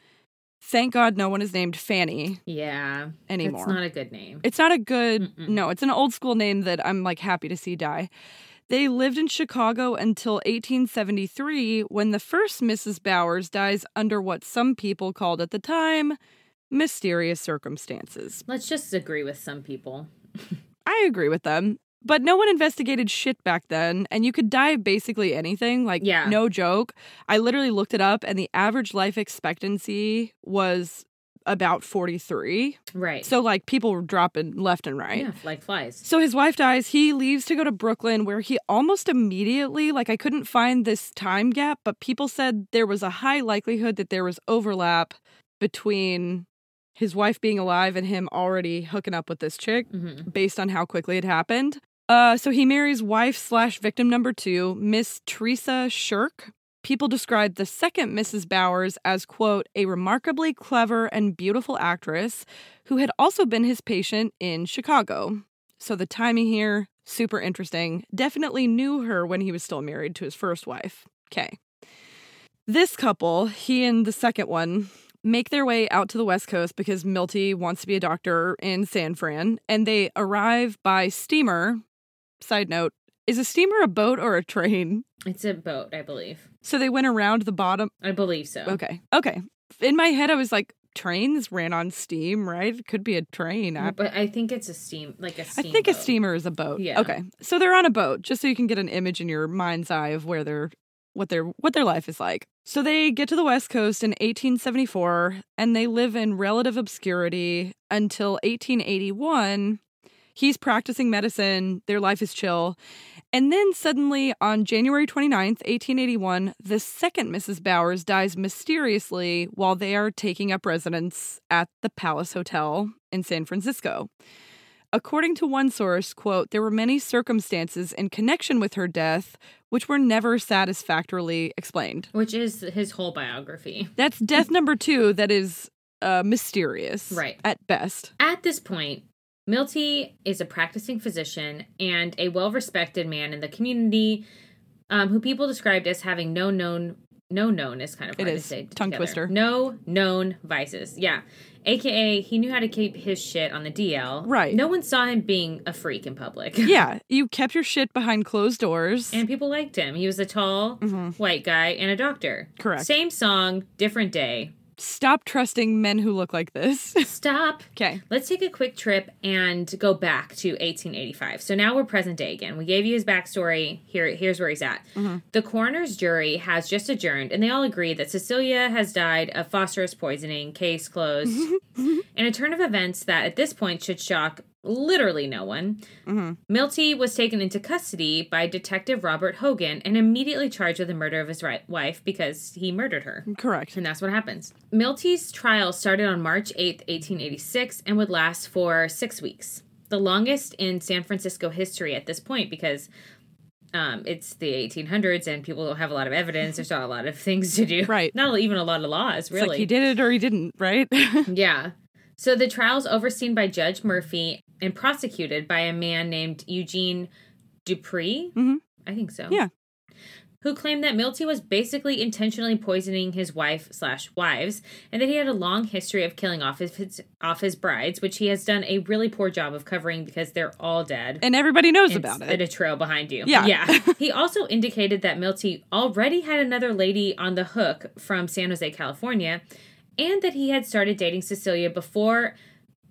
Speaker 3: thank God no one is named Fanny
Speaker 2: Yeah,
Speaker 3: anymore.
Speaker 2: it's not a good name.
Speaker 3: It's not a good
Speaker 2: Mm-mm.
Speaker 3: no, it's an old school name that I'm like happy to see die. They lived in Chicago until 1873 when the first Mrs. Bowers dies under what some people called at the time mysterious circumstances.
Speaker 2: Let's just agree with some people.
Speaker 3: I agree with them, but no one investigated shit back then and you could die of basically anything, like
Speaker 2: Yeah.
Speaker 3: no joke. I literally looked it up and the average life expectancy was about 43.
Speaker 2: Right.
Speaker 3: So like people were dropping left and right.
Speaker 2: yeah, like flies.
Speaker 3: So his wife dies. He leaves to go to Brooklyn, where he almost immediately, like, I couldn't find this time gap, but people said there was a high likelihood that there was overlap between his wife being alive and him already hooking up with this chick
Speaker 2: hmm
Speaker 3: based on how quickly it happened. Uh, so he marries wife slash victim number two, Miss Teresa Shirk. People described the second Mrs. Bowers as, quote, a remarkably clever and beautiful actress who had also been his patient in Chicago. So the timing here, super interesting. Definitely knew her when he was still married to his first wife. Okay. This couple, he and the second one, make their way out to the West Coast because Milty wants to be a doctor in San Fran, and they arrive by steamer. Side note is a steamer a boat or a train?
Speaker 2: It's a boat, I believe.
Speaker 3: So they went around the bottom.
Speaker 2: I believe so.
Speaker 3: Okay. Okay. In my head, I was like, trains ran on steam, right? It could be a train. I,
Speaker 2: But I think it's a steam, like a
Speaker 3: I
Speaker 2: steam.
Speaker 3: think a steamer is a boat.
Speaker 2: Yeah.
Speaker 3: Okay. So they're on a boat, just so you can get an image in your mind's eye of where they're what their what their life is like. So they get to the West Coast in 1874 and they live in relative obscurity until 1881. He's practicing medicine, their life is chill. And then suddenly on January 29th, 1881, the second Mrs. Bowers dies mysteriously while they are taking up residence at the Palace Hotel in San Francisco. According to one source, quote, there were many circumstances in connection with her death which were never satisfactorily explained.
Speaker 2: Which is his whole biography.
Speaker 3: That's death number two that is uh, mysterious.
Speaker 2: Right.
Speaker 3: At best.
Speaker 2: At this point, Milty is a practicing physician and a well respected man in the community um, who people described as having no known, no known is kind of
Speaker 3: It
Speaker 2: hard
Speaker 3: is.
Speaker 2: to say.
Speaker 3: Tongue twister.
Speaker 2: No known vices. Yeah. AKA, he knew how to keep his shit on the DL.
Speaker 3: Right.
Speaker 2: No one saw him being a freak in public.
Speaker 3: Yeah. You kept your shit behind closed doors.
Speaker 2: and people liked him. He was a tall
Speaker 3: Mhm.
Speaker 2: white guy and a doctor.
Speaker 3: Correct.
Speaker 2: Same song, different day.
Speaker 3: Stop trusting men who look like this.
Speaker 2: Stop.
Speaker 3: okay.
Speaker 2: Let's take a quick trip and go back to 1885. So now we're present day again. We gave you his backstory. Here, here's where he's at. The coroner's jury has just adjourned, and they all agree that Cecilia has died of phosphorus poisoning. Case closed. In a turn of events that at this point should shock literally no one, Milty was taken into custody by Detective Robert Hogan and immediately charged with the murder of his ri- wife because he murdered her.
Speaker 3: Correct.
Speaker 2: And that's what happens. Milty's trial started on March 8th, 1886, and would last for six weeks, the longest in San Francisco history at this point because um, it's the 1800s and people don't have a lot of evidence. There's not a lot of things to do.
Speaker 3: Right.
Speaker 2: Not even a lot of laws,
Speaker 3: It's
Speaker 2: really.
Speaker 3: like he did it or he didn't, right?
Speaker 2: Yeah. So the trial's overseen by Judge Murphy and prosecuted by a man named Eugene Dupree.
Speaker 3: Mhm.
Speaker 2: I think so.
Speaker 3: Yeah.
Speaker 2: Who claimed that Milty was basically intentionally poisoning his wife slash wives, and that he had a long history of killing off his off his brides, which he has done a really poor job of covering because they're all dead
Speaker 3: and everybody knows
Speaker 2: it's
Speaker 3: about
Speaker 2: in
Speaker 3: it.
Speaker 2: a trail behind you.
Speaker 3: Yeah.
Speaker 2: Yeah. he also indicated that Milty already had another lady on the hook from San Jose, California, and that he had started dating Cecilia before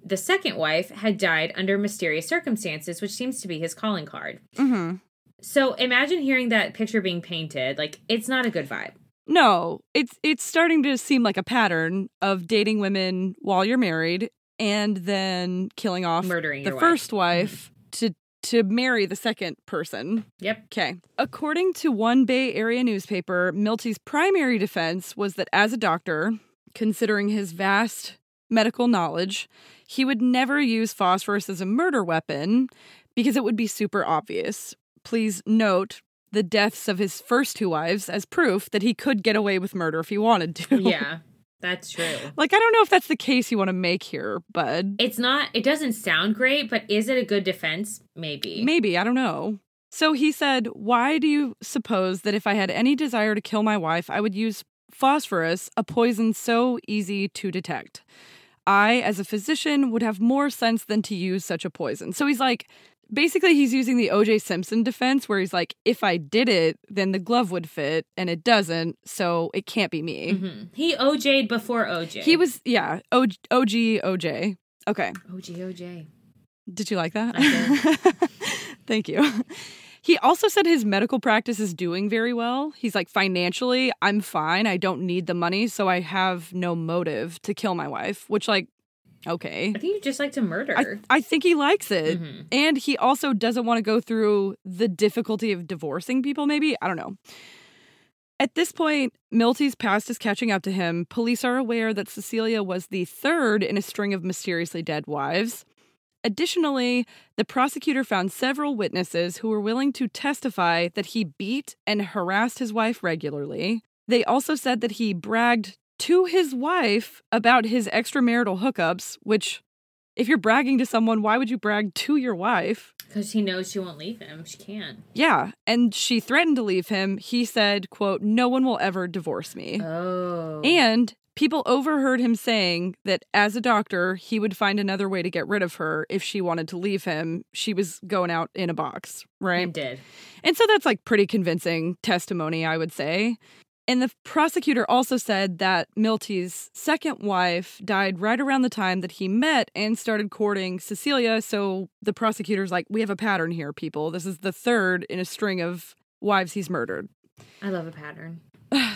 Speaker 2: the second wife had died under mysterious circumstances, which seems to be his calling card.
Speaker 3: Mhm.
Speaker 2: So imagine hearing that picture being painted. Like, it's not a good vibe.
Speaker 3: No, it's it's starting to seem like a pattern of dating women while you're married and then killing off
Speaker 2: Murdering
Speaker 3: the
Speaker 2: your Mm-hmm.
Speaker 3: first wife to to marry the second person.
Speaker 2: wife. Yep.
Speaker 3: Okay. According to one Bay Area newspaper, Milty's primary defense was that as a doctor, considering his vast medical knowledge, he would never use phosphorus as a murder weapon because it would be super obvious. Please note the deaths of his first two wives as proof that he could get away with murder if he wanted to.
Speaker 2: Yeah. That's true.
Speaker 3: like, I don't know if that's the case you want to make here, bud.
Speaker 2: It's not, it doesn't sound great, but is it a good defense? Maybe.
Speaker 3: Maybe, I don't know. So he said, Why do you suppose that if I had any desire to kill my wife, I would use phosphorus, a poison so easy to detect? I, as a physician, would have more sense than to use such a poison. So he's like, basically, he's using the OJ Simpson defense where he's like, If I did it, then the glove would fit, and it doesn't, so it can't be me.
Speaker 2: Mhm. He OJ'd before OJ.
Speaker 3: He was, yeah, O- OG, OJ. Okay.
Speaker 2: OGOJ.
Speaker 3: Did you like that?
Speaker 2: I
Speaker 3: Thank you. He also said his medical practice is doing very well. He's like, financially, I'm fine. I don't need the money, so I have no motive to kill my wife, which, like, okay.
Speaker 2: I think you just like to murder.
Speaker 3: I, I think he likes it.
Speaker 2: Mhm.
Speaker 3: And he also doesn't want to go through the difficulty of divorcing people, maybe. I don't know. At this point, Milty's past is catching up to him. Police are aware that Cecilia was the third in a string of mysteriously dead wives. Additionally, the prosecutor found several witnesses who were willing to testify that he beat and harassed his wife regularly. They also said that he bragged to his wife about his extramarital hookups, which, if you're bragging to someone, why would you brag to your wife?
Speaker 2: Because he knows she won't leave him. She can't.
Speaker 3: Yeah, and she threatened to leave him. He said, quote, "No one will ever divorce me."
Speaker 2: Oh.
Speaker 3: And people overheard him saying that as a doctor, he would find another way to get rid of her if she wanted to leave him. She was going out in a box, right?
Speaker 2: He did.
Speaker 3: And so that's like pretty convincing testimony, I would say. And the prosecutor also said that Milty's second wife died right around the time that he met and started courting Cecilia. So the prosecutor's like, we have a pattern here, people. This is the third in a string of wives he's murdered.
Speaker 2: I love a pattern.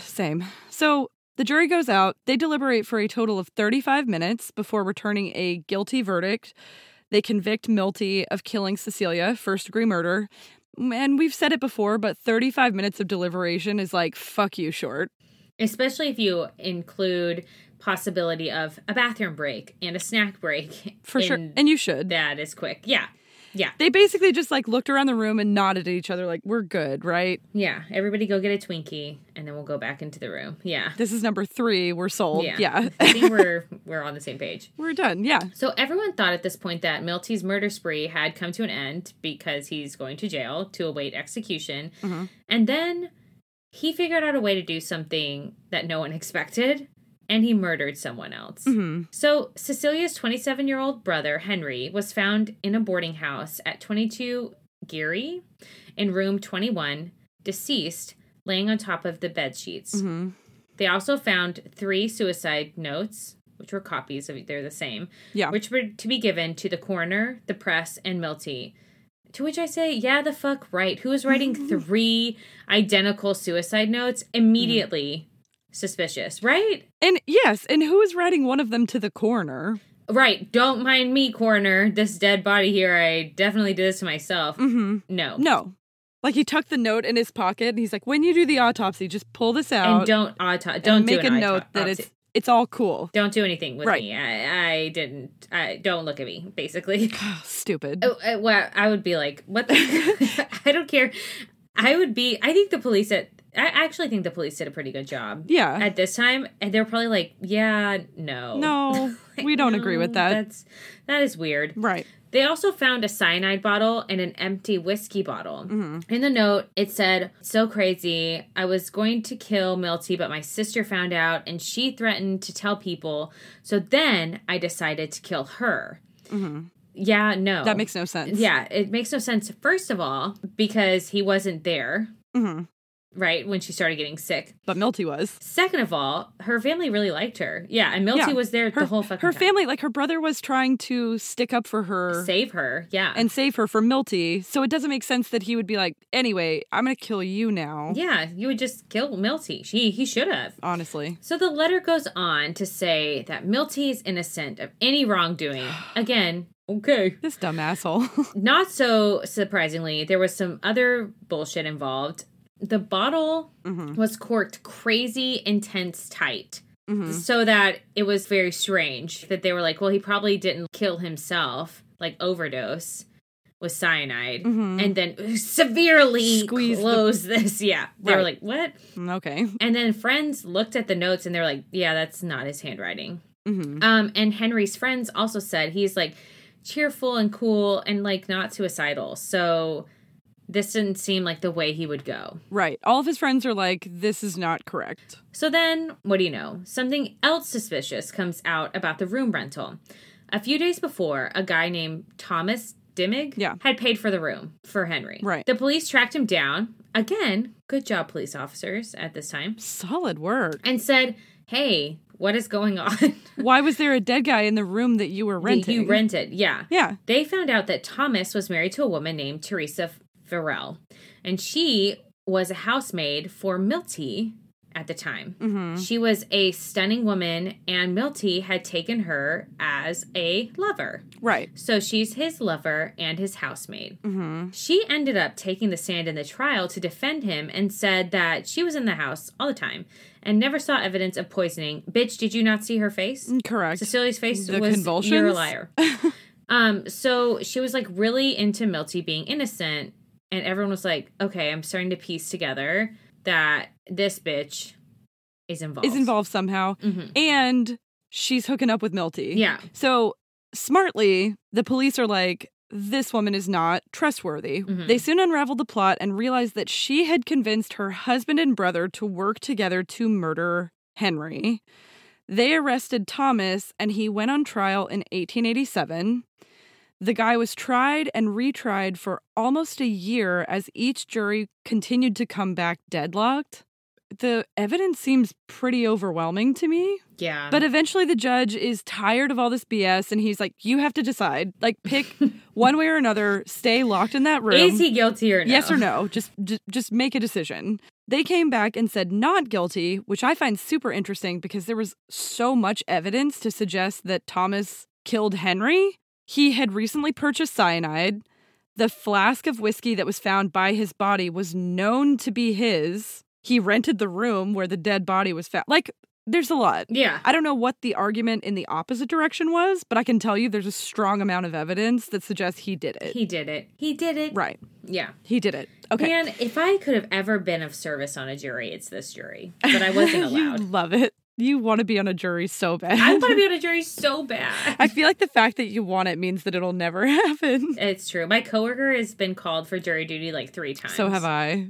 Speaker 3: Same. So the jury goes out. They deliberate for a total of 35 minutes before returning a guilty verdict. They convict Milty of killing Cecilia, first degree murder. And we've said it before, but 35 minutes of deliberation is like, fuck you short.
Speaker 2: Especially if you include possibility of a bathroom break and a snack break.
Speaker 3: For sure.
Speaker 2: in
Speaker 3: And you should.
Speaker 2: that is quick. Yeah. Yeah.
Speaker 3: They basically just like looked around the room and nodded at each other, like, we're good, right?
Speaker 2: Yeah. Everybody go get a Twinkie and then we'll go back into the room. Yeah.
Speaker 3: This is number three. We're sold.
Speaker 2: Yeah.
Speaker 3: Yeah.
Speaker 2: I think we're we're on the same page.
Speaker 3: we're done. Yeah.
Speaker 2: So everyone thought at this point that Milty's murder spree had come to an end because he's going to jail to await execution. And then he figured out a way to do something that no one expected and he murdered someone else. So Cecilia's 27-year-old brother Henry was found in a boarding house at 22 Geary in room 21, deceased, laying on top of the bed sheets. They also found three suicide notes, which were copies of they're the same,
Speaker 3: Yeah.
Speaker 2: which were to be given to the coroner, the press, and Milty. To which I say, yeah, the fuck right. Who is writing three identical suicide notes? Immediately suspicious, right?
Speaker 3: And yes, and who is writing one of them to the coroner?
Speaker 2: Right. Don't mind me, coroner. This dead body here, I definitely did this to myself.
Speaker 3: Mm-hmm.
Speaker 2: No.
Speaker 3: No. Like he tucked the note in his pocket and he's like, when you do the autopsy, just pull this out
Speaker 2: And don't auto-
Speaker 3: and
Speaker 2: don't do
Speaker 3: make
Speaker 2: an
Speaker 3: a note
Speaker 2: auto-
Speaker 3: that
Speaker 2: autopsy.
Speaker 3: it's it's all cool.
Speaker 2: don't do anything with
Speaker 3: Right.
Speaker 2: me. I, I didn't. I don't look at me. Basically,
Speaker 3: Stupid.
Speaker 2: Oh, I, well, I would be like, what? the I don't care. I would be. I think the police at. I actually think the police did a pretty good job.
Speaker 3: Yeah.
Speaker 2: At this time, and they're probably like, yeah, no,
Speaker 3: No, we don't agree with
Speaker 2: No,
Speaker 3: that.
Speaker 2: That's that is weird.
Speaker 3: Right.
Speaker 2: They also found a cyanide bottle and an empty whiskey bottle.
Speaker 3: Mm-hmm.
Speaker 2: In the note, it said, So crazy. I was going to kill Milty, but my sister found out and she threatened to tell people. So then I decided to kill her. Yeah, no.
Speaker 3: Mm-hmm. That makes no sense.
Speaker 2: Yeah, it makes no sense, first of all, because he wasn't there,
Speaker 3: hmm
Speaker 2: right, when she started getting sick.
Speaker 3: But Milty was.
Speaker 2: Second of all, her family really liked her. Yeah, and Milty
Speaker 3: Yeah.
Speaker 2: was there
Speaker 3: Her,
Speaker 2: the whole fucking
Speaker 3: her
Speaker 2: time.
Speaker 3: family, like her brother was trying to stick up for her
Speaker 2: Save her. Yeah.
Speaker 3: and save her from Milty. So it doesn't make sense that he would be like, anyway, I'm going to kill you now.
Speaker 2: Yeah, you would just kill Milty. She he should have.
Speaker 3: Honestly.
Speaker 2: So the letter goes on to say that Milty is innocent of any wrongdoing. Again, okay.
Speaker 3: This dumb asshole.
Speaker 2: Not so surprisingly, there was some other bullshit involved. The bottle
Speaker 3: Mm-hmm.
Speaker 2: was corked crazy intense tight.
Speaker 3: Mm-hmm.
Speaker 2: So that it was very strange that they were like, well, he probably didn't kill himself, like overdose with cyanide, and then severely
Speaker 3: Squeeze Mm-hmm. the-
Speaker 2: close this. Yeah. They were
Speaker 3: Right.
Speaker 2: like, what?
Speaker 3: okay.
Speaker 2: And then friends looked at the notes and they're like, yeah, that's not his handwriting.
Speaker 3: Mhm.
Speaker 2: Um, and Henry's friends also said he's like cheerful and cool and like not suicidal. So this didn't seem like the way he would go.
Speaker 3: Right. All of his friends are like, this is not correct.
Speaker 2: So then, what do you know? Something else suspicious comes out about the room rental. A few days before, a guy named Thomas Dimmig
Speaker 3: Yeah.
Speaker 2: had paid for the room for Henry.
Speaker 3: Right.
Speaker 2: The police tracked him down. Again, good job, police officers at this time.
Speaker 3: Solid work.
Speaker 2: and said, "Hey, what is going on?
Speaker 3: Why was there a dead guy in the room that you were
Speaker 2: That
Speaker 3: renting?
Speaker 2: you rented, yeah."
Speaker 3: Yeah.
Speaker 2: They found out that Thomas was married to a woman named Teresa Farrell, and she was a housemaid for Milty at the time. She was a stunning woman, and Milty had taken her as a lover.
Speaker 3: Right.
Speaker 2: So she's his lover and his housemaid.
Speaker 3: Mm-hmm.
Speaker 2: She ended up taking the stand in the trial to defend him and said that she was in the house all the time and never saw evidence of poisoning. Bitch, did you not see her face?
Speaker 3: Correct.
Speaker 2: Cecilia's face
Speaker 3: The
Speaker 2: was you're a
Speaker 3: convulsions?
Speaker 2: liar. um, so she was like really into Milty being innocent, and everyone was like, okay, I'm starting to piece together that this bitch is involved.
Speaker 3: Is involved somehow.
Speaker 2: Mhm.
Speaker 3: And she's hooking up with Milty.
Speaker 2: Yeah.
Speaker 3: So smartly, the police are like, this woman is not trustworthy.
Speaker 2: Mhm.
Speaker 3: They soon unraveled the plot and realized that she had convinced her husband and brother to work together to murder Henry. They arrested Thomas and he went on trial in 1887. The guy was tried and retried for almost a year as each jury continued to come back deadlocked. The evidence seems pretty overwhelming to me.
Speaker 2: Yeah.
Speaker 3: But eventually the judge is tired of all this BS and he's like, you have to decide. Like, pick one way or another, stay locked in that room.
Speaker 2: is he guilty or no?
Speaker 3: Yes or no. Just, just just make a decision. They came back and said not guilty, which I find super interesting because there was so much evidence to suggest that Thomas killed Henry. He had recently purchased cyanide. The flask of whiskey that was found by his body was known to be his. He rented the room where the dead body was found. Like, there's a lot.
Speaker 2: Yeah.
Speaker 3: I don't know what the argument in the opposite direction was, but I can tell you there's a strong amount of evidence that suggests he did it.
Speaker 2: He did it. He did it.
Speaker 3: right.
Speaker 2: Yeah.
Speaker 3: He did it. Okay.
Speaker 2: Man, if I could have ever been of service on a jury, it's this jury. But I wasn't
Speaker 3: you
Speaker 2: allowed.
Speaker 3: love it. You want to be on a jury so bad.
Speaker 2: I want to be on a jury so bad.
Speaker 3: I feel like the fact that you want it means that it'll never happen.
Speaker 2: It's true. My coworker has been called for jury duty like three times.
Speaker 3: So have I.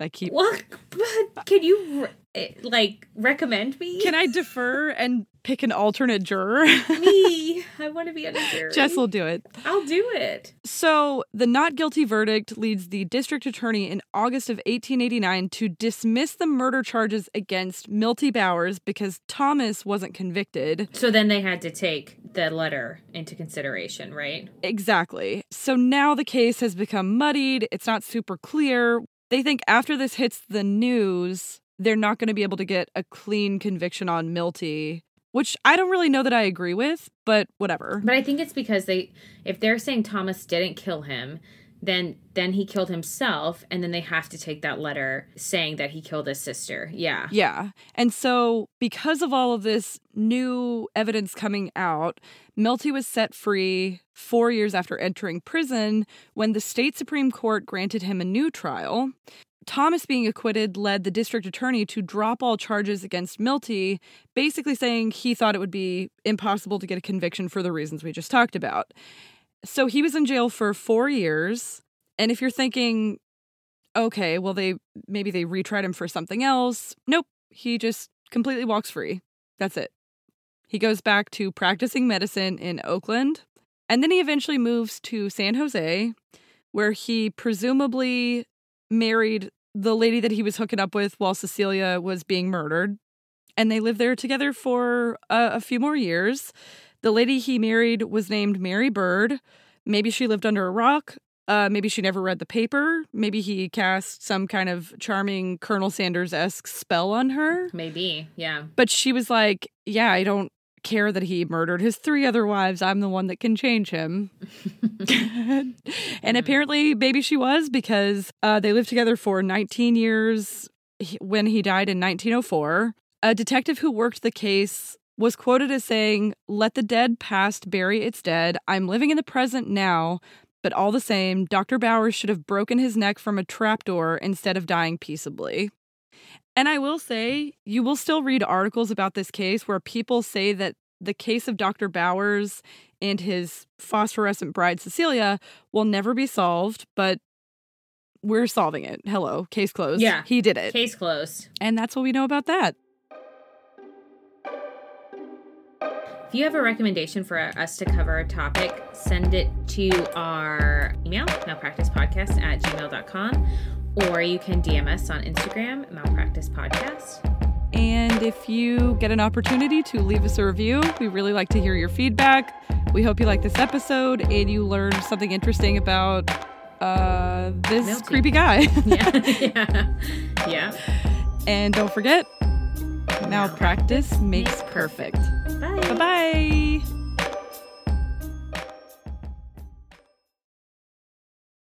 Speaker 3: I keep.
Speaker 2: Well, but can you re- eh, like recommend me?
Speaker 3: Can I defer and pick an alternate juror?
Speaker 2: me? I want to be on a jury.
Speaker 3: Jess will do it.
Speaker 2: I'll do it.
Speaker 3: So, the not guilty verdict leads the district attorney in August of 1889 to dismiss the murder charges against Milty Bowers because Thomas wasn't convicted.
Speaker 2: So then they had to take the letter into consideration, right?
Speaker 3: Exactly. So now the case has become muddied. It's not super clear. They think after this hits the news, they're not going to be able to get a clean conviction on Milty, which I don't really know that I agree with, but whatever.
Speaker 2: But I think it's because they if they're saying Thomas didn't kill him, then then he killed himself and then they have to take that letter saying that he killed his sister. Yeah.
Speaker 3: Yeah. And so, because of all of this new evidence coming out, Milty was set free four years after entering prison when the state Supreme Court granted him a new trial. Thomas being acquitted led the district attorney to drop all charges against Milty, basically saying he thought it would be impossible to get a conviction for the reasons we just talked about. So he was in jail for four years. And if you're thinking, okay, well, they maybe they retried him for something else. Nope. He just completely walks free. That's it. He goes back to practicing medicine in Oakland. And then he eventually moves to San Jose, where he presumably married the lady that he was hooking up with while Cecilia was being murdered. And they lived there together for a, a few more years. The lady he married was named Mary Bird. Maybe she lived under a rock. Uh, maybe she never read the paper. Maybe he cast some kind of charming Colonel Sanders esque spell on her.
Speaker 2: Maybe. Yeah.
Speaker 3: But she was like, Yeah, I don't care that he murdered his three other wives. I'm the one that can change him. and apparently, maybe she was because uh, they lived together for 19 years he- when he died in 1904. A detective who worked the case was quoted as saying, Let the dead past bury its dead. I'm living in the present now. But all the same, Dr. Bowers should have broken his neck from a trapdoor instead of dying peaceably. And I will say, you will still read articles about this case where people say that the case of Dr. Bowers and his phosphorescent bride, Cecilia, will never be solved, but we're solving it. Hello, case closed.
Speaker 2: Yeah.
Speaker 3: He did it.
Speaker 2: Case closed.
Speaker 3: and that's what we know about that.
Speaker 2: If you have a recommendation for us to cover a topic, send it to our email, malpracticepodcast at gmail.com, or you can DM us on Instagram, malpracticepodcast.
Speaker 3: And if you get an opportunity to leave us a review, we really like to hear your feedback. We hope you like this episode and you learned something interesting about uh, this
Speaker 2: Milty.
Speaker 3: creepy guy.
Speaker 2: Yeah. yeah. Yeah.
Speaker 3: and don't forget, malpractice makes perfect. Bye bye.